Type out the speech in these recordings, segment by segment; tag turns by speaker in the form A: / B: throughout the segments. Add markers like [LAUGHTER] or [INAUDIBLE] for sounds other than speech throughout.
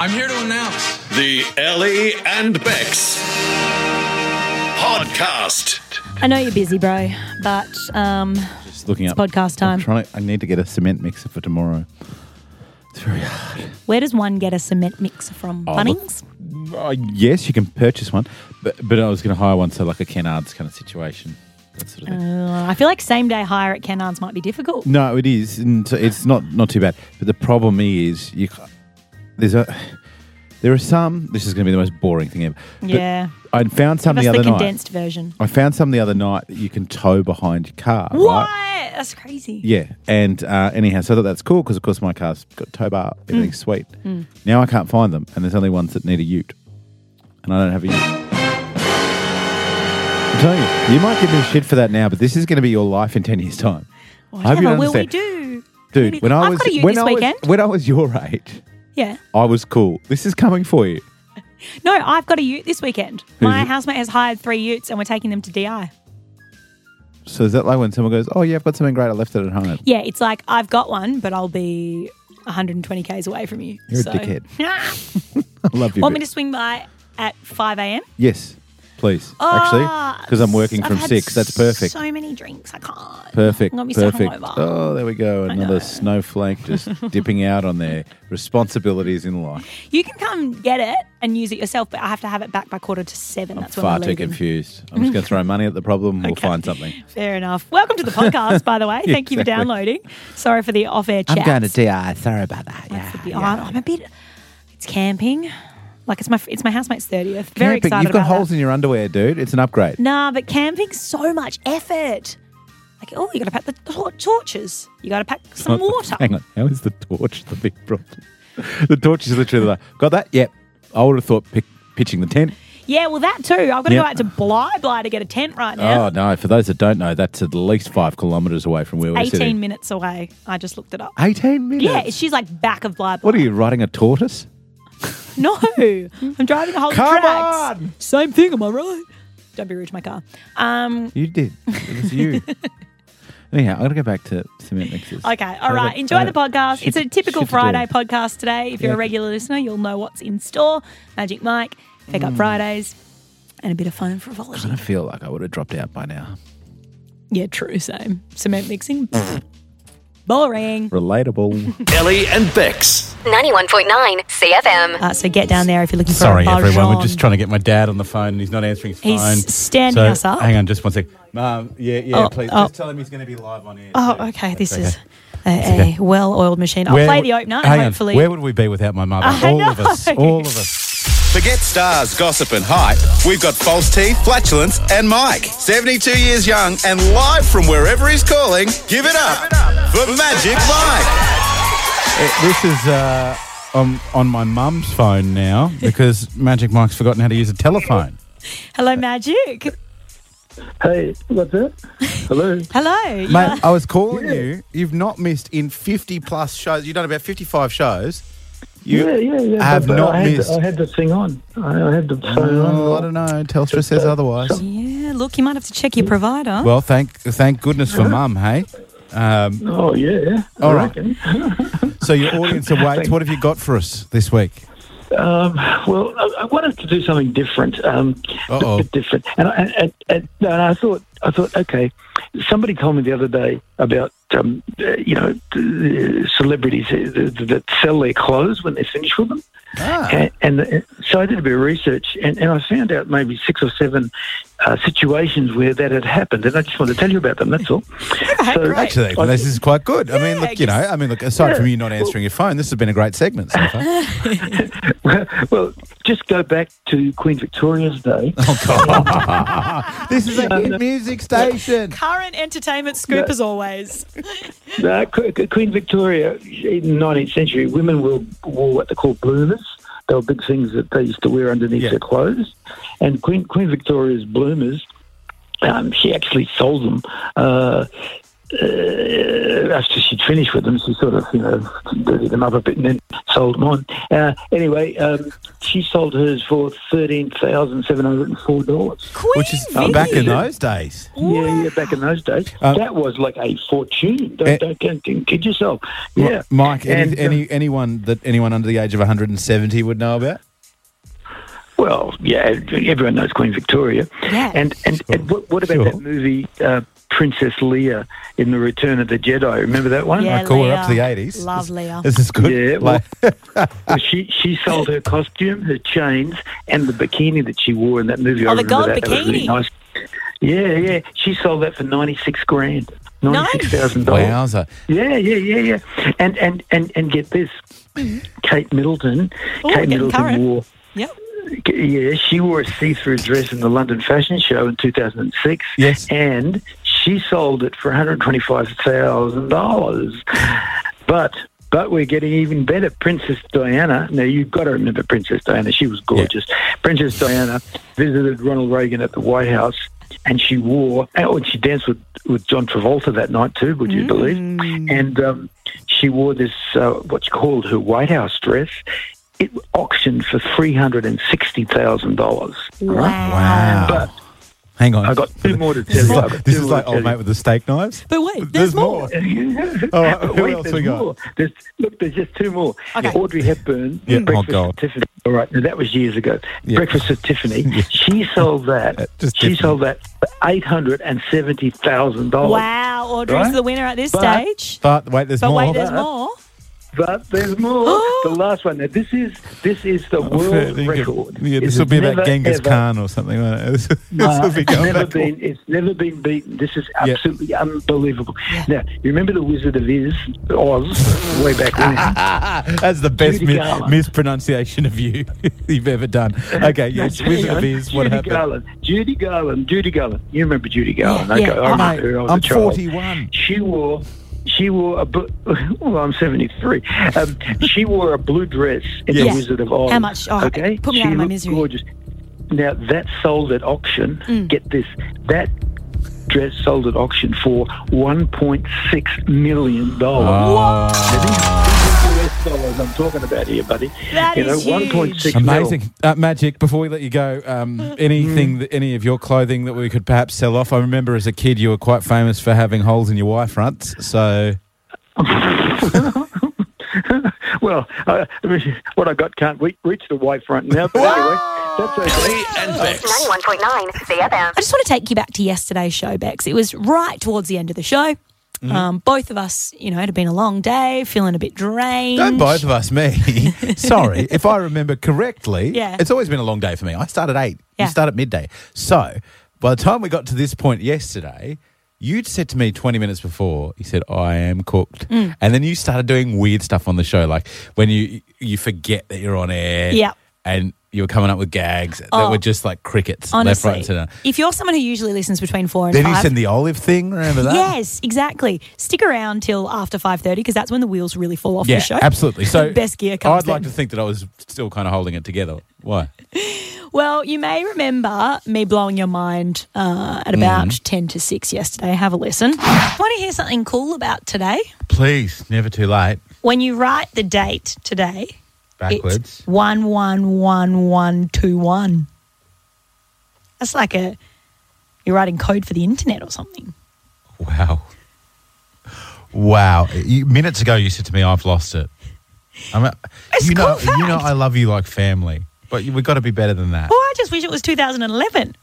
A: I'm here to announce
B: The Ellie and Bex podcast.
C: I know you're busy, bro, but um,
D: Just looking
C: It's
D: up
C: podcast time.
D: I'm trying to, I need to get a cement mixer for tomorrow. It's very hard.
C: where does one get a cement mixer from?
D: Oh,
C: Bunnings?
D: Uh, yes, you can purchase one, but but I was going to hire one, so like a Kennards kind of situation, that sort of thing.
C: Uh, I feel like same day hire at Kennards might be difficult.
D: No, it is. And so it's not not too bad. But the problem is, you ca- there's a there are some. This is going to be the most boring thing ever. but
C: Yeah.
D: I found some
C: That's
D: the
C: the,
D: other night.
C: condensed version.
D: I found some the other night that you can tow behind your car.
C: What?
D: Right?
C: That's crazy.
D: Yeah, and uh, anyhow, so I thought that's cool because of course my car's got tow bar,
C: Mm.
D: everything's sweet. Now I can't find them, and there's only ones that need a Ute, and I don't have a Ute. I'm telling you, you might give me shit for that now, but this is going to be your life in ten years' time. I hope you
C: Whatever will we
D: understand.
C: do?
D: dude? When I
C: I've
D: was
C: got a Ute
D: when
C: this
D: I was-
C: weekend.
D: when I was your age,
C: Yeah.
D: I was cool. This is coming for you.
C: No, I've got a ute this weekend.
D: Who's
C: My
D: it?
C: housemate has hired three utes and we're taking them to DI.
D: So is that like when someone goes, "Oh yeah, I've got something great. I left it at home."
C: Yeah, it's like I've got one, but I'll be 120 k's away from you.
D: You're a
C: so. [LAUGHS]
D: dickhead. I love you.
C: Want
D: but-
C: me to swing by at 5 a.m.?
D: yes, please.
C: Ah,
D: Actually, because I'm working
C: I've
D: from
C: had
D: six. That's perfect.
C: So many drinks, I can't.
D: Perfect.
C: I'm gonna be so
D: perfect.
C: hungover.
D: oh, there we go.
C: know.
D: Another
C: [LAUGHS]
D: snowflake just dipping out on their responsibilities in life.
C: You can come get it and use it yourself, but I have to have it back by quarter to seven. That's when
D: Far
C: we're
D: too
C: leaving.
D: confused. I'm just going to throw money at the problem. We'll find something.
C: Fair enough. Welcome to the podcast, by the
D: [LAUGHS]
C: way. Thank you for
D: Exactly.
C: downloading. Sorry for the off-air chat.
D: DI. Sorry about that.
C: I'm a bit. It's camping. Like it's my it's my housemate's thirtieth. Very
D: Camping,
C: excited
D: You've got
C: about
D: holes
C: that.
D: in your underwear, dude. It's an upgrade.
C: Nah, but camping's so much effort. Like oh, you got to pack the tor- torches. You got to pack some water.
D: [LAUGHS] Hang on. How is the torch the big problem? the torch is literally like, got that? Yep. I would have thought pick, pitching the tent.
C: Yeah, well that too. I've got to
D: Yeah.
C: go out to Bly Bly to get a tent right now.
D: Oh, no. For those that don't know, that's at least five kilometres away from where we're
C: Eighteen
D: sitting.
C: minutes away. I just looked it up.
D: 18 minutes?
C: Yeah, she's like back of Bly Bly.
D: What are you, riding a tortoise?
C: No, I'm driving a whole
D: Come
C: tracks.
D: on!
C: Same thing, am I right? Don't be rude to my car. Um,
D: You did. It was
C: [LAUGHS]
D: you. Anyhow, I'm going to go back to cement mixes.
C: Okay, all
D: Have
C: right.
D: a-
C: Enjoy
D: have
C: the
D: a-
C: podcast.
D: Uh, shit-
C: it's a typical
D: shit to
C: Friday
D: do.
C: podcast today. If you're a
D: Yeah.
C: regular listener, you'll know what's in store. Magic Mike, Pick
D: Mm.
C: Up Fridays, and a bit of fun and frivolity.
D: I feel like I would have dropped out by now.
C: Yeah, true. Same. Cement mixing. Boring. [LAUGHS]
D: Relatable.
B: Ellie and Bex.
E: 91.9 CFM.
C: Uh, so get down there if you're looking for
F: Sorry,
C: a Bajon.
F: everyone. We're just trying to get my dad on the phone, and he's not answering his
C: He's
F: phone.
C: standing
F: So,
C: us up.
F: Hang on, just one sec. Mum, yeah, yeah,
C: Oh,
F: please.
C: oh.
F: Just tell him he's going to be live on air.
C: Oh,
F: so-
C: okay. This
F: Okay.
C: is a, a well-oiled machine. I'll
F: Where
C: play
F: would-
C: the opener.
F: hang
C: and
F: on,
C: hopefully,
F: Where would we be without my mother?
C: I
F: all of
C: know. [LAUGHS]
F: us. All of us.
B: Forget stars, gossip, and hype. We've got false teeth, flatulence, and Mike. 72 years young and live from wherever he's calling. Give it up for Magic Mike.
F: Uh, This is uh, on, on my mum's phone now because Magic Mike's forgotten how to use a telephone.
C: hello, Magic.
G: Hey, what's it? Hello.
C: Hello. You are-
D: Mate, I was calling you. You've not missed in 50 plus shows. You've done about 55 shows. [LAUGHS] You
G: yeah, yeah, yeah.
D: have
G: but
D: not
G: I had,
D: missed.
G: I had the thing on. I, I had the phone
D: Oh, I
G: on.
D: don't know. Telstra says otherwise.
C: yeah. Look, you might have to check
D: Mm.
C: your provider.
F: Well, thank thank goodness for
G: Uh-huh.
F: mum, hey? Um,
G: Oh, yeah.
F: All
G: I
F: right.
G: reckon.
F: so,
G: [LAUGHS]
F: your audience awaits. What have you got for us this week?
G: Um, well, I, I wanted to do something different, um,
F: Uh-oh.
G: a bit different, and I, and, and, and, and I thought, I thought, okay, somebody told me the other day about um, uh, you know the celebrities that, that- that sell their clothes when they're finished with them, and, and the, so I did a bit of research, and, and I found out maybe six or seven uh, situations where that had happened, and I just wanted to tell you about them. That's all. so,
C: great.
F: Actually, well, this is quite good. I mean, look, you know, I mean, look, aside
G: Yeah.
F: from you not answering your phone, this has been a great segment so far.
G: [LAUGHS] well, just go back to Queen Victoria's Day.
F: this is a hit music station.
C: Current entertainment scoop as always.
G: No, Q- Q- Queen Victoria in the 19th century, women wore, wore what they called bloomers. They were big things that they used to wear underneath
F: Yeah.
G: their clothes. And Queen, Queen Victoria's bloomers, um, she actually sold them uh, uh, after she'd finished with them, she sort of, you know, dirtied them up a bit and then sold mine. Uh, anyway, um, she sold hers for $13,704.
C: Queen
D: Which is
C: Vicky.
D: back in those days.
G: Yeah, yeah, back in those days.
D: Um,
G: that was like a fortune. Don't,
D: Eh.
G: don't, don't, don't kid yourself.
D: M-
G: Yeah.
D: Mike, any,
G: And, um,
D: any, anyone that anyone under the age of 170 would know about?
G: Well, yeah, everyone knows Queen Victoria.
C: Yeah.
G: And and, and what, what about
D: Sure.
G: that movie uh, Princess Leia in the Return of the Jedi? Remember that one?
C: Yeah,
D: I call her up to the
C: Leah.
D: 80s.
C: Love Leah.
D: This is good.
G: Yeah,
D: Like- [LAUGHS]
G: Well, she she sold her costume, her chains, and the bikini that she wore in that movie.
C: Oh,
G: I
C: the
G: remember
C: gold
G: that. That was really
C: bikini.
G: nice. Yeah, yeah. She sold that for ninety six grand. Ninety six thousand dollars.
D: Wowza.
G: Yeah, yeah, yeah, yeah. And and and and get this, Kate Middleton.
C: Ooh,
G: Kate
C: getting
G: Middleton
C: current.
G: wore.
C: Yep.
G: Yeah, she wore a see-through dress in the London Fashion Show in 2006.
D: Yes.
G: and she sold it for 125 thousand dollars. But but we're getting even better. Princess Diana. Now you've got to remember Princess Diana. She was gorgeous. Princess Diana visited Ronald Reagan at the White House, and she wore. Oh, and she danced with with John Travolta that night too. Would you believe? And um, she wore this uh, what's called her White House dress. It auctioned for three hundred and sixty thousand dollars.
D: Wow.
G: But
D: Hang on.
G: I got two more to
D: This
G: tell
D: is like,
G: you. I've got
D: this
G: two
D: is
G: more
D: like
G: to tell
D: old
G: you.
D: mate with the steak knives.
C: But wait, there's, more.
G: [LAUGHS]
D: All right, Oh, who
G: Wait,
D: else
G: there's
D: we got?
G: more. There's, look, there's just two more.
C: Okay.
G: Audrey Hepburn,
D: Yeah, oh,
G: Breakfast
D: God.
G: at Tiffany. All right, now that was years ago.
D: [LAUGHS] Yeah.
G: Breakfast at Tiffany. She sold that.
D: Just
G: she
D: Tiffany.
G: sold that for eight hundred and seventy thousand dollars.
C: Wow, Audrey's
G: Right?
C: the winner at this
G: But-
C: stage.
D: But wait, there's
C: But
D: more.
C: wait, there's more.
G: But
C: [GASPS]
G: there's more. the last one. Now this is this is the world
D: Think of-
G: record.
D: yeah,
G: It
D: this
G: has
D: will be about
G: never,
D: Genghis
G: ever-
D: Khan or something. won't it? [LAUGHS] This, this
G: Uh,
D: will be
G: it's
D: going
G: never
D: back.
G: been, it's never been beaten. This is
D: Yeah.
G: absolutely unbelievable. Now, you remember the Wizard of Iz, Oz, way back
C: Ah,
G: when?
D: That's the best
G: Judy
D: mi-
G: Garland.
D: mispronunciation of you [LAUGHS] you've ever done. Okay, yes,
G: Hang
D: Wizard of
G: on.
D: Iz, what
G: Judy
D: happened?
G: Garland. Judy Garland. Judy Garland. You remember Judy Garland?
C: Yeah,
G: okay,
C: yeah.
G: I remember
D: Mate,
G: her. I was a
D: I'm
G: child.
D: 41.
G: She wore. She wore a. Bu- [LAUGHS] well, I'm 73. Um, she wore a blue dress in
C: Yes.
G: the Wizard of Oz.
C: How much? Oh,
G: okay,
C: put me
G: She
C: out of my
G: looked
C: misery. Mm.
G: Gorgeous. Now that sold at auction. Get this. That dress sold at auction for 1.6 million dollars. US dollars I'm talking about here, buddy.
C: That
G: you know,
C: is huge.
G: 1.6 mil.
D: Amazing. Uh, Magic, before we let you go, um,
G: Mm.
D: anything, that, any of your clothing that we could perhaps sell off? I remember as a kid you were quite famous for having holes in your Y fronts. So,
G: Well, uh, [LAUGHS] I mean, what I got can't re- reach the white front now, but anyway, that's okay.
B: Ellie and Bex.
H: 91.9 CFM.
C: I just want to take you back to yesterday's show, Bex. It was right towards the end of the show. Um, both of us, you know, it had been a long day, feeling a bit drained.
D: Mm-hmm. don't both of us me.
C: [LAUGHS]
D: Sorry, if I remember correctly,
C: Yeah.
D: it's always been a long day for me. I start at 8,
C: Yeah.
D: you start at midday. So, by the time we got to this point yesterday, you'd said to me 20 minutes before, you said, I am cooked.
C: Mm.
D: And then you started doing weird stuff on the show, like when you you forget that you're on air.
C: Yep.
D: And you were coming up with gags that
C: Oh.
D: were just like crickets, left,
C: Honestly,
D: right, and centre.
C: if you're someone who usually listens between four and
D: Then you
C: five,
D: send the olive thing. Remember that?
C: yes, exactly. Stick around till after five thirty because that's when the wheels really fall off
D: Yeah,
C: the show.
D: absolutely. So
C: [LAUGHS] The best gear comes
D: I'd like
C: then.
D: to think that I was still kind of holding it together. Why?
C: Well, you may remember me blowing your mind uh, at about ten to six yesterday. Have a listen. Want to hear something cool about today?
D: Please, never too late.
C: When you write the date today,
D: Backwards.
C: It's one one one one two one. That's like a you're writing code for the internet or something.
D: Wow. Wow. You, minutes ago, you said to me, "I've lost it." I'm a,
C: It's
D: you know,
C: cool
D: you know,
C: fact.
D: I love you like family, but you, we've got to be better than that.
C: Oh, I just wish it was 2011.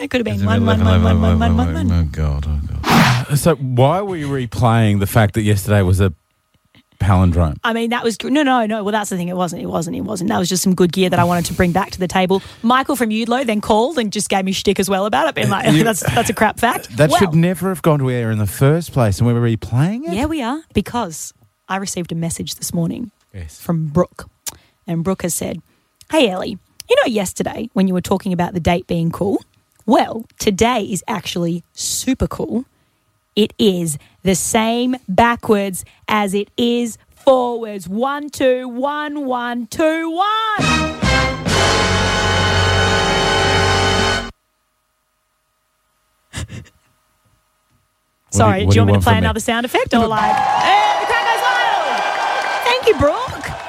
C: It could have been one one
D: 11,
C: one
D: 11,
C: one one one
D: 11,
C: one one.
D: Oh god. Oh god. So why were you replaying the fact that yesterday was a palindrome?
C: I mean, that was no, no, no. Well, that's the thing. It wasn't. It wasn't. It wasn't. That was just some good gear that I wanted to bring back to the table. Michael from Udlow then called and just gave me shtick as well about it, being like, [LAUGHS]
D: You-
C: "That's that's a crap fact."
D: That
C: well,
D: should never have gone to air in the first place, and we were replaying it.
C: Yeah, we are because I received a message this morning
D: Yes.
C: from Brooke, and Brooke has said, "Hey Ellie, you know yesterday when you were talking about the date being cool, well, today is actually super cool. It is the same backwards as it is forwards. One two one one two one. Sorry, do
D: what do
C: you
D: you
C: want me to
D: want
C: play
D: from me?
C: another sound effect or like, hey, the crowd goes wild? Thank you, Brooke.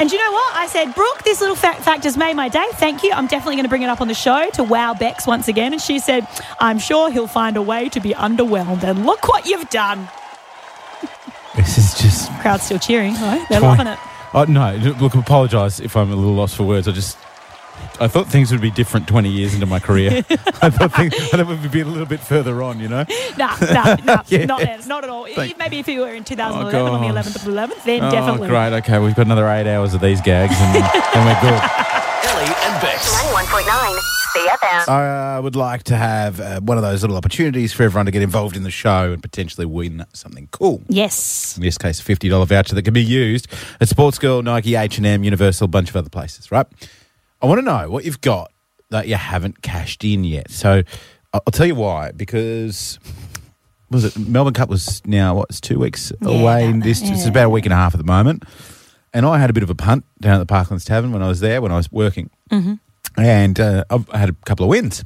C: And do you know what? I said, Brooke, this little fact, fact has made my day. Thank you. I'm definitely going to bring it up on the show to wow Bex once again. And she said, I'm sure he'll find a way to be underwhelmed. And look what you've done.
D: This is just.
C: Crowd's still cheering, right? They're
D: twi-
C: loving it.
D: Oh, no. Look, apologise if I'm a little lost for words. I just. I thought things would be different 20 years into
C: [LAUGHS]
D: my career. I thought things, I thought we'd be a little bit further on, you know?
C: Nah,
D: [LAUGHS]
C: nah, nah,
D: Yeah. Oh,
C: not, there, not at all. If- Maybe if you were in 2011 on the
D: God.
C: 11th of the 11th, then [LAUGHS] definitely.
D: Oh, great. Okay, we've got another eight hours of these gags
C: [LAUGHS]
D: and, and we're good.
B: Ellie and Bex.
H: 91.9 CFM.
D: I uh, would like to have uh, one of those little opportunities for everyone to get involved in the show and potentially win something cool.
C: Yes.
D: In this case, a fifty dollar voucher that can be used at Sports Girl, Nike, H and M, Universal, a bunch of other places. Right? I want to know what you've got that you haven't cashed in yet. So I- I'll tell you why. Because was it Melbourne Cup was now what? It's two weeks away.
C: about
D: in this
C: that,
D: it's
C: yeah.
D: about a week and a half at the moment. And I had a bit of a punt down at the Parklands Tavern when I was there when I was working, and uh, I've- I had a couple of wins.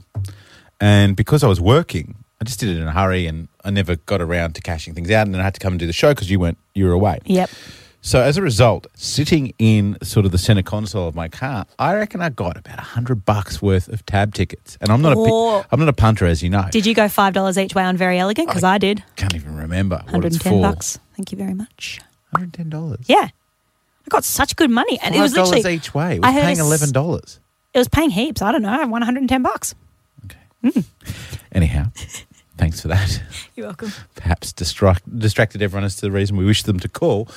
D: And because I was working, I just did it in a hurry, and I never got around to cashing things out. And then I had to come and do the show because you weren't you were away.
C: Yep.
D: So as a result, sitting in sort of the center console of my car, I reckon I got about a hundred bucks worth of tab tickets. And I'm not a
C: Oh.
D: big, I'm not a punter, as you know.
C: Did you go $5 each way on Very Elegant? Because I did.
D: Can't even remember what it's
C: 110
D: for.
C: bucks. Thank you very much.
D: Hundred ten dollars.
C: Yeah. I got such good money. And it was
D: dollars
C: literally
D: each way. It
C: I
D: was
C: heard
D: paying
C: a s-
D: eleven dollars.
C: it was paying heaps. I don't know. I won 110 bucks.
D: Okay.
C: [LAUGHS]
D: Anyhow, thanks for that. [LAUGHS]
C: You're welcome.
D: perhaps distract, distracted everyone as to the reason we wish them to call.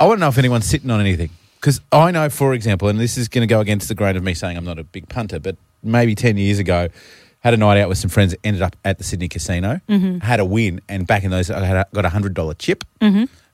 D: I want to know if anyone's sitting on anything. Because I know, for example, and this is going to go against the grain of me saying I'm not a big punter, but maybe 10 years ago, had a night out with some friends, ended up at the Sydney Casino, had a win, and back in those, I had a, got a $100 chip,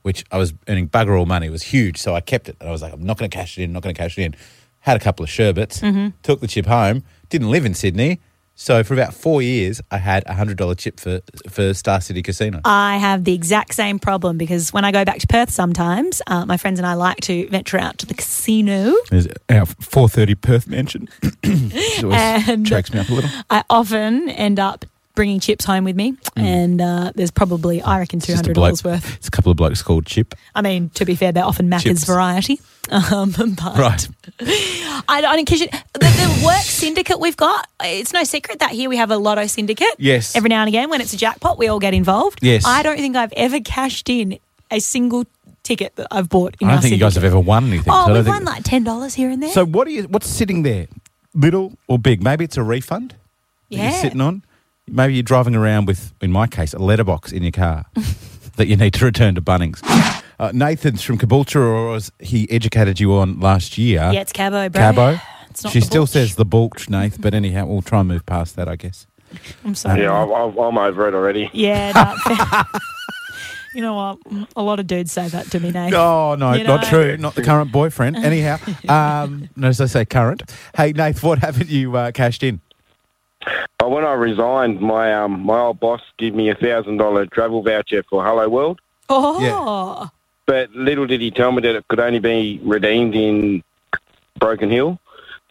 D: which I was earning bugger all money. It was huge, so I kept it. And I was like, I'm not going to cash it in, not going to cash it in. Had a couple of sherbets, took the chip home, didn't live in Sydney. So for about four years, I had a $100 chip for, for Star City Casino.
C: I have the exact same problem because when I go back to Perth sometimes, uh, my friends and I like to venture out to the casino.
D: There's our 4:30 Perth mansion. [COUGHS] It always
C: And-
D: me up a little.
C: I often end up bringing chips home with me, and uh, there's probably, I reckon,
D: Mm. Just a
C: $200
D: bloke-
C: worth.
D: It's a couple of blokes called Chip.
C: I mean, to be fair, they're often Macca's
D: Chips.
C: variety. [LAUGHS] Um, but
D: Right.
C: I, I don't kiss you. The, the work syndicate we've got, it's no secret that here we have a lotto syndicate.
D: Yes.
C: Every now and again, when it's a jackpot, we all get involved.
D: Yes.
C: I don't think I've ever cashed in a single ticket that I've bought in
D: I
C: our
D: don't think you guys have
C: syndicate.
D: ever won anything. so I
C: Oh,
D: don't
C: we've
D: think-
C: won like $10 here and there.
D: So what are you? What's sitting there, little or big? Maybe it's a refund. that
C: Yeah.
D: You're sitting on. Maybe you're driving around with, in my case, a letterbox in
C: [LAUGHS]
D: your car that you need to return to Bunnings. Uh, Nathan's from Caboolture, or as he educated you on last year.
C: yeah, it's Cabo, bro.
D: Cabo.
C: It's not
D: she
C: the
D: still
C: Bulch.
D: says the Bulch, Nath, but anyhow, we'll try and move past that, I guess.
C: I'm sorry.
I: Yeah, I'm, I'm I'm over it already.
C: [LAUGHS] Yeah, no,
D: [LAUGHS]
C: fair. you know what? Mm, A lot of dudes say that to me, Nate.
D: [LAUGHS] Oh no,
C: You
D: not
C: know?
D: true. Not the current
C: [LAUGHS]
D: boyfriend. Anyhow, um, no, as I say, current. Hey, Nath, what haven't you uh, cashed in? [LAUGHS]
I: Uh, When I resigned, my um, my old boss gave me a thousand dollar travel voucher for Hello World,
C: Oh,
I: but little did he tell me that it could only be redeemed in Broken Hill.
D: [LAUGHS]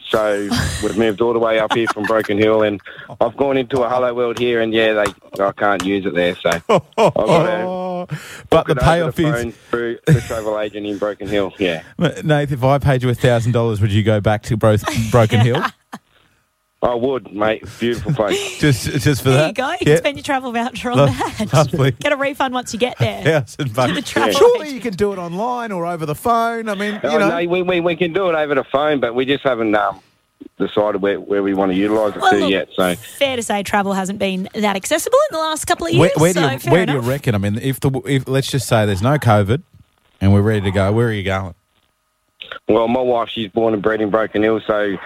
I: So we've moved all the way up here from Broken Hill, and I've gone into a Hello World here, and yeah, they I can't use it there. So I've got
D: Oh, [LAUGHS] but the
I: to
D: payoff
I: phone
D: is,
I: through the travel agent in Broken Hill. Yeah,
D: Nath. If I paid you a thousand dollars, would you go back to Bro-
C: [LAUGHS]
D: Broken Hill [LAUGHS]
I: I would, mate. Beautiful place.
D: just just for
C: there you
D: that?
C: go. You
D: Yeah.
C: can spend your travel voucher on [LAUGHS]
D: Lo-
C: that.
D: lovely.
C: Get a refund once you get
D: [LAUGHS]
C: there.
D: Thousand
C: the
D: bucks.
C: travel
D: Surely
C: agent.
D: you can do it online or over the phone. I mean, you
I: Oh,
D: know.
I: no, we, we, we can do it over the phone, but we just haven't um, decided where, where we want to utilise it
C: Well,
I: to
C: look,
I: yet. So
C: fair to say, travel hasn't been that accessible in the last couple of years.
D: Where, where do
C: so
D: you
C: fair
D: where do you
C: enough.
D: reckon? I mean, if the if let's just say there's no COVID, and we're ready to go, where are you going?
I: Well, my wife, she's born and bred in Broken Hill, so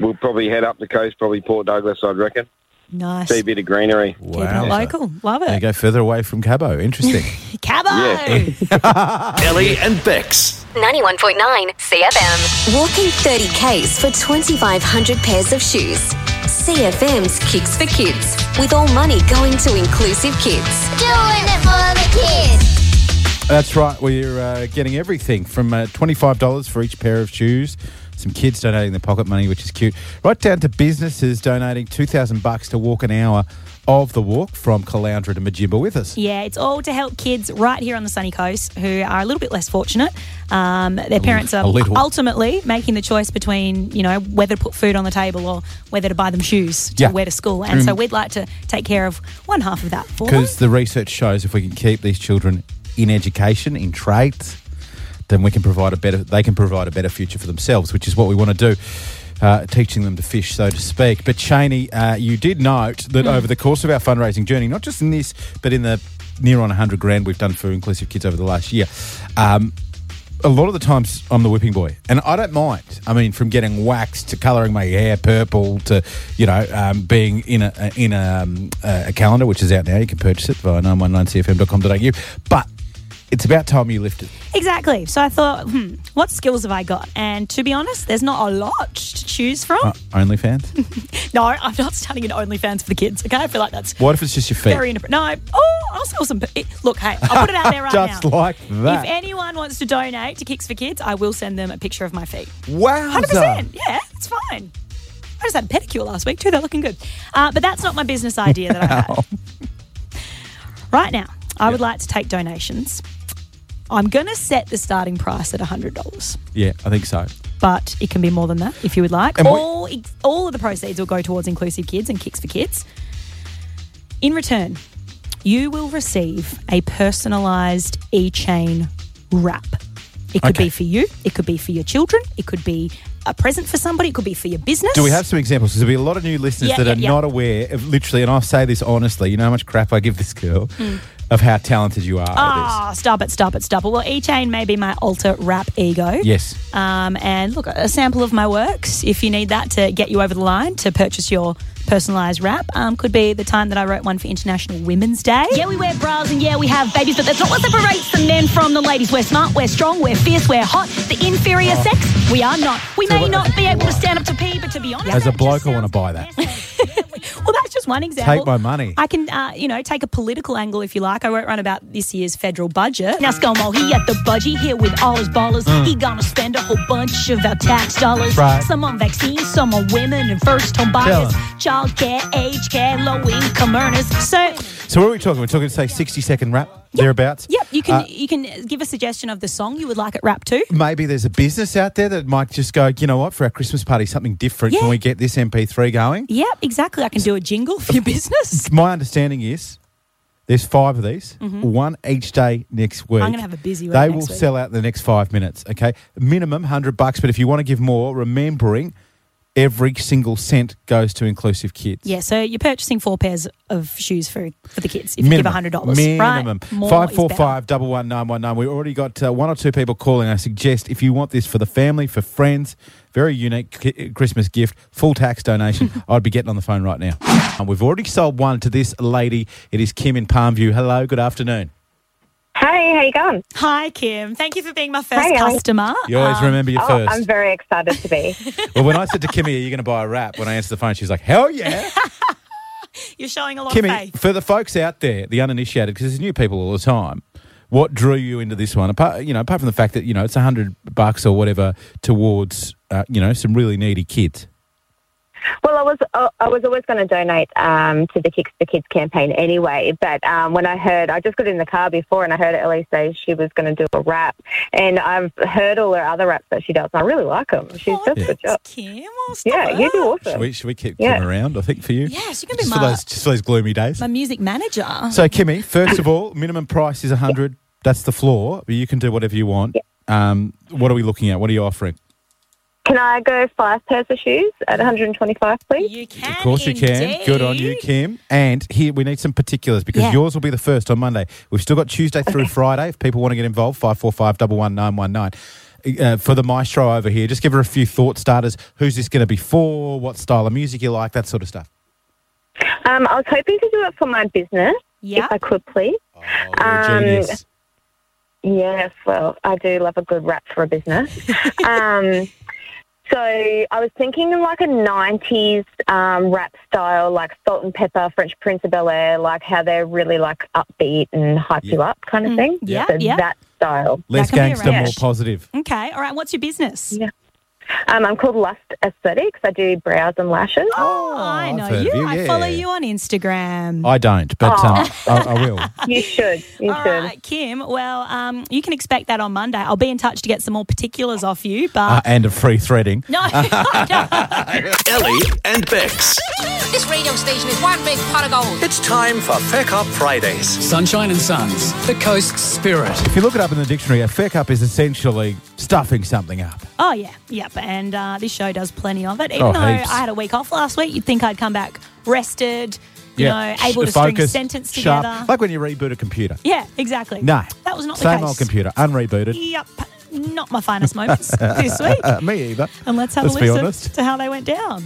I: we'll probably head up the coast, probably Port Douglas, I'd reckon.
C: nice.
I: See a
C: Keeping
I: bit of greenery.
D: Wowza.
C: it local. Love
D: There you
C: it.
D: go further away from Cabo. Interesting.
C: Cabo.
D: [LAUGHS]
I: Yeah.
B: Ellie and Bex.
H: 91.9 CFM.
J: Walking 30Ks for 2,500 pairs of shoes. CFM's Kicks for Kids, with all money going to inclusive kids.
K: doing it for the kids.
D: That's right. We're uh, getting everything from uh, $25 for each pair of shoes Some kids donating their pocket money, which is cute. Right down to businesses donating two thousand bucks to walk an hour of the walk from Caloundra to Majimba with us.
C: Yeah, it's all to help kids right here on the sunny coast who are a little bit less fortunate. Um, their parents are
D: a little.
C: ultimately making the choice between, you know, whether to put food on the table or whether to buy them shoes to
D: Yeah.
C: wear to school. And so we'd like to take care of one half of that for them.
D: Because the research shows if we can keep these children in education, in trades, then we can provide a better. They can provide a better future for themselves, which is what we want to do. Uh, teaching them to fish, so to speak. But Cheney, uh, you did note that over the course of our fundraising journey, not just in this, but in the near on 100 grand we've done for inclusive kids over the last year, um, a lot of the times I'm the whipping boy, and I don't mind. I mean, from getting waxed to colouring my hair purple to you know um, being in a in a, um, a calendar, which is out now. You can purchase it via 919cfm.com.au. But it's about time you lifted.
C: Exactly. So I thought, hmm, what skills have I got? And to be honest, there's not a lot to choose from.
D: Uh, OnlyFans.
C: No, I'm not starting an OnlyFans for the kids, okay? I feel like that's
D: what if it's just your feet?
C: very inappropriate. No, oh, I'll sell some. It, look, hey, I'll put it out there right
D: [LAUGHS] Just
C: now.
D: like that.
C: If anyone wants to donate to Kicks for Kids, I will send them a picture of my feet.
D: Wow.
C: 100%. Yeah, it's fine. I just had a pedicure last week too. They're looking good. Uh, but that's not my business idea that I had. [LAUGHS] Right now, I would like to take donations. I'm going to set the starting price at $100,
D: Yeah, I think so.
C: but it can be more than that if you would like.
D: And we-
C: all, ex- all of the proceeds will go towards Inclusive Kids and Kicks for Kids. In return, you will receive a personalised e-chain wrap. It could
D: Okay.
C: be for you. It could be for your children. It could be a present for somebody. It could be for your business.
D: Do we have some examples? 'Cause There'll be a lot of new listeners
C: Yeah,
D: that
C: yeah,
D: are
C: yeah.
D: not aware of literally, and I say this honestly. You know how much crap I give this girl
C: Mm.
D: of how talented you are. at
C: Ah, stop it, stop it, stop it. Well, E-Chain may be my alter rap ego.
D: this. Yes.
C: Um, and look, a sample of my works, if you need that to get you over the line to purchase your personalised wrap, um, could be the time that I wrote one for International Women's Day.
L: Yeah, we wear bras and yeah, we have babies, but that's not what separates the men from the ladies. We're smart, we're strong, we're fierce, we're hot. The inferior
D: Oh.
L: sex, we are not. We may not be able to stand up to pee, but to be honest,
D: As a
L: that just
D: bloke, I want
L: sounds-
D: to buy that.
C: [LAUGHS] Well, that's just one example.
D: Take my money.
C: I can, uh, you know, take a political angle if you like. I wrote one about this year's federal budget.
L: Now ScoMo, he at the budgie here with all his ballers. He gonna spend a whole bunch of our tax dollars.
D: Mm. Right.
L: Some on vaccines, some on women and first home buyers. Child care, aged care, low income earners.
C: So,
D: So what are we talking? We're talking say sixty second rap thereabouts.
C: yep, you can
D: Uh,
C: you can give a suggestion of the song you would like it wrapped to.
D: maybe there's a business out there that might just go. You know what? For our Christmas party, something different.
C: Yeah.
D: Can we get this MP3 going?
C: Yep, exactly. I can do a jingle for your business.
D: My understanding is there's five of these, one each day next week.
C: Mm-hmm. I'm gonna have a busy week
D: They
C: next
D: will
C: week.
D: sell out the next five minutes. Okay, minimum hundred bucks. But if you want to give more, remembering every single cent goes to inclusive kids.
C: Yeah, so you're purchasing four pairs of shoes for for the kids if you give hundred dollars.
D: Minimum.
C: Right? More
D: Five
C: is
D: four
C: better.
D: five double one nine one nine. We already got uh, one or two people calling. I suggest if you want this for the family, for friends, very unique ki- uh, Christmas gift, full
C: [LAUGHS]
D: tax donation. I'd be getting on the phone right now. And we've already sold one to this lady. It is Kim in Palmview. Hello. Good afternoon.
E: Hey, how you going?
C: Hi Kim, thank you for being my first
E: Hi, Ellie.
C: customer.
D: You always remember your
E: Oh,
D: first.
E: [LAUGHS] I'm very excited to be.
D: well, when I said to Kimmy, "Are you going to buy a wrap?" when I answered the phone, she's like, "Hell yeah!"
C: You're showing a lot of
D: Kimmy,
C: faith.
D: for the folks out there, the uninitiated, because there's new people all the time. What drew you into this one? Apart, you know, apart from the fact that you know it's a hundred bucks or whatever towards uh, you know some really needy kids.
E: Well, I was uh, I was always going to donate um, to the Kicks for Kids campaign anyway, but um, when I heard, I just got in the car before and I heard Ellie say she was going to do a rap, and I've heard all her other raps that she does, and I really like them. She's
C: Oh,
E: does
C: thanks,
E: a good job.
C: Kim. Oh, stop
E: Yeah, you do
C: it.
E: awesome.
D: Should we, should we keep
E: Yeah.
D: Kim around? I think for you.
C: Yes, you can be
D: just
C: my
D: for those just for those gloomy days.
C: my music manager.
D: So, Kimmy, first of all, minimum price is a hundred. That's the floor, but you can do whatever you want. Um, what are we looking at? What are you offering?
E: Can I go five pairs of shoes at 125, please?
C: you can,
D: Of course you can. Good on you,
C: indeed.
D: Kim. And here we need some particulars because
C: Yeah.
D: yours will be the first on Monday. We've still got Tuesday through Friday. If people want to get involved, five four five double one nine one nine. Uh, for the maestro over here, just give her a few thought starters. Who's this going to be for? What style of music you like? That sort of stuff.
E: Um, I was hoping to do it for my business,
C: Yeah.
E: if I could, please.
D: Oh, you're a
E: Um,
D: genius.
E: Yes, well, I do love a good rap for
C: [LAUGHS]
E: a business. um, so I was thinking like a 90s um, rap style, like Salt and Pepper, French Prince of Bel Air, like how they're really like upbeat and hype you up kind of thing.
C: Mm. yeah,
E: so
C: yeah.
E: that style.
D: Less
C: that can be
D: gangster, more
C: arranged.
D: positive.
C: Okay, all right. What's your business?
E: Yeah. Um, I'm called Lust Aesthetics. I do brows and lashes.
C: Oh, I know
D: heard of
C: you.
D: you,
C: I follow
D: yeah.
C: you on Instagram.
D: I don't, but um, I, I
C: [LAUGHS]
D: will.
E: You should. You
C: All
E: should.
C: right, Kim. Well, um, you can expect that on Monday. I'll be in touch to get some more particulars off you,
D: Uh,
C: but
D: and a free threading.
C: [LAUGHS] no, no.
M: Ellie and Bex.
N: This radio station is one big pot of gold.
M: It's time for Feck Up Fridays.
A: Sunshine and Suns, the coast spirit.
D: If you look it up in the dictionary, a feck up is essentially stuffing something up.
C: Oh yeah, yep. And uh, this show does plenty of it. Even
D: Oh,
C: though
D: heaps.
C: I had a week off last week, you'd think I'd come back rested, you know, able to string a
D: Focused,
C: sentence
D: sharp,
C: together.
D: Like when you reboot a computer.
C: yeah, exactly.
D: No.
C: that was not
D: Same
C: the case.
D: old computer, unrebooted. Uh,
C: Yep, not my finest moments
D: [LAUGHS]
C: this week.
D: Me either.
C: And let's have
D: Let's
C: a
D: be
C: listen
D: honest.
C: to how they went down.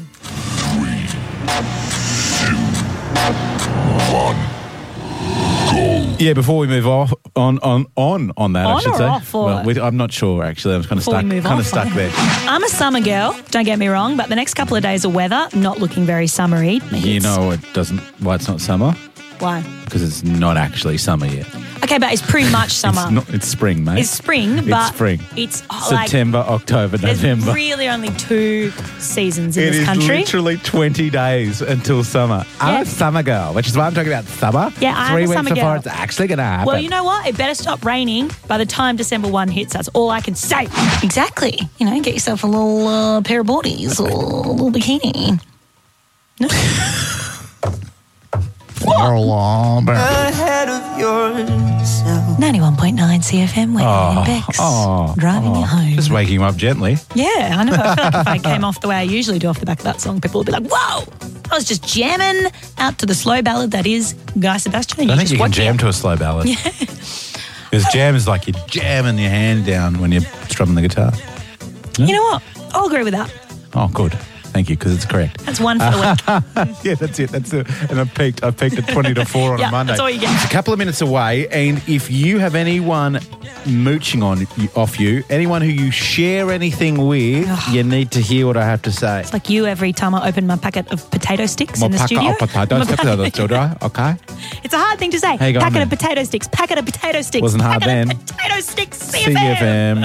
D: Yeah, before we move off on on on on that, I
C: On
D: should
C: or
D: say.
C: off, or-
D: well, we, I'm not sure actually. I was kind of
C: Before we
D: stuck,
C: move
D: kind
C: off.
D: of stuck there.
C: I'm a summer girl, don't get me wrong, but the next couple of days of weather not looking very summery.
D: You know, it doesn't. Why it's not summer?
C: Why?
D: Because it's not actually summer yet.
C: Okay, but it's pretty much summer.
D: It's, not, it's spring, mate.
C: It's spring, but
D: it's spring.
C: it's oh, like
D: September, October,
C: there's
D: November.
C: really only two seasons in
D: It
C: this
D: is
C: country.
D: literally 20 days until summer. I'm a summer girl, which is why I'm talking about summer.
C: Yeah, I'm
D: Three
C: a
D: weeks
C: summer
D: before
C: girl.
D: it's actually going to happen.
C: Well, you know what? It better stop raining by the time December 1 hits. That's all I can say. Exactly. You know, get yourself a little uh, pair of boardies or a little bikini. Uh,
O: Ahead of yourself.
C: 91.9 CFM, we're
D: Oh,
C: in Bex.
D: oh,
C: driving you home.
D: Just waking him up gently.
C: Yeah, I know. I feel like
D: [LAUGHS]
C: if I came off the way I usually do off the back of that song, people would be like, whoa, I was just jamming out to the slow ballad that is Guy Sebastian. and
D: I think
C: just
D: you can
C: watch
D: jam to a slow ballad. Because jam is like you're jamming your hand down when you're strumming the guitar.
C: You know what? I'll agree with that.
D: Oh, good. Thank you, because it's correct.
C: That's one for the week.
D: [LAUGHS] yeah, that's it. That's it. And I peaked. I peaked at twenty to four on
C: Yeah,
D: a Monday.
C: that's all you get.
D: It's a couple of minutes away, and if you have anyone mooching on you, off you, anyone who you share anything with, you need to hear what I have to say.
C: Like you, every time I open my packet of potato sticks in the
D: Mopaka
C: studio.
D: opata. Don't
C: My [LAUGHS]
D: step
C: packet-
D: to the children,
C: [LAUGHS]
D: okay?
C: It's a hard thing to say.
D: Hey, go on
C: packet of
D: then.
C: potato sticks. Packet of potato sticks.
D: Wasn't hard
C: packet
D: then.
C: Of potato sticks. CFM.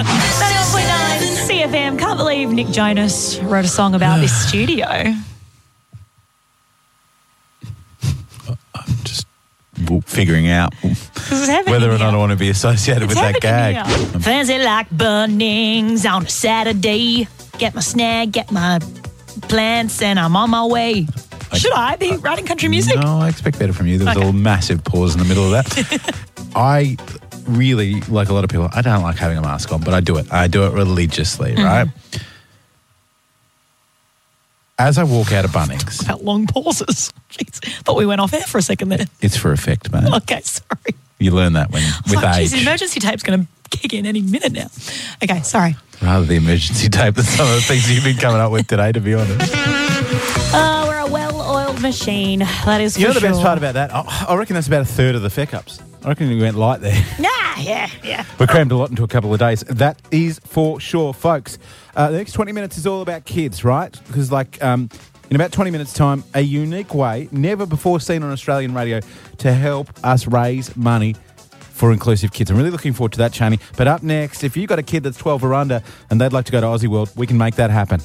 D: CFM.
C: 91.9 CFM. Can't believe Nick Jonas wrote a song about this
D: [SIGHS]
C: studio.
D: Well, Figuring out
C: This is heaven
D: [LAUGHS] whether
C: in
D: or not I want to be associated
C: It's
D: with that
C: happening
D: gag.
C: here. Fancy like Bunnings on a Saturday. Get my snag, get my plants, and I'm on my way. Should I be writing country music?
D: No, I expect better from you. There was
C: Okay.
D: a massive pause in the middle
C: [LAUGHS]
D: of that. I really, like a lot of people, I don't like having a mask on, but I do it. I do it religiously,
C: Mm-hmm.
D: right? As I walk out of Bunnings,
C: About long pauses. [LAUGHS] Jeez. Thought we went off air for a second there. [LAUGHS]
D: it's for effect, man.
C: Okay, sorry.
D: You learn that when with
C: Fuck, geez, the
D: age,
C: emergency tape's going to kick in any minute now. Okay, sorry.
D: rather the emergency tape than some of the things you've been coming up with today. To
C: [LAUGHS]
D: be honest,
C: Uh, we're a well-oiled machine. That is for
D: you know the best
C: sure.
D: part about that. I, I reckon that's about a third of the feck ups. I reckon we went light there.
C: Nah, yeah, yeah.
D: We crammed a lot into a couple of days. That is for sure, folks. Uh, the next 20 minutes is all about kids, right? Because, like, um, in about 20 minutes' time, a unique way, never before seen on Australian radio, to help us raise money for inclusive kids. I'm really looking forward to that, Shani. But up next, if you've got a kid that's 12 or under and they'd like to go to Aussie World, we can make that happen.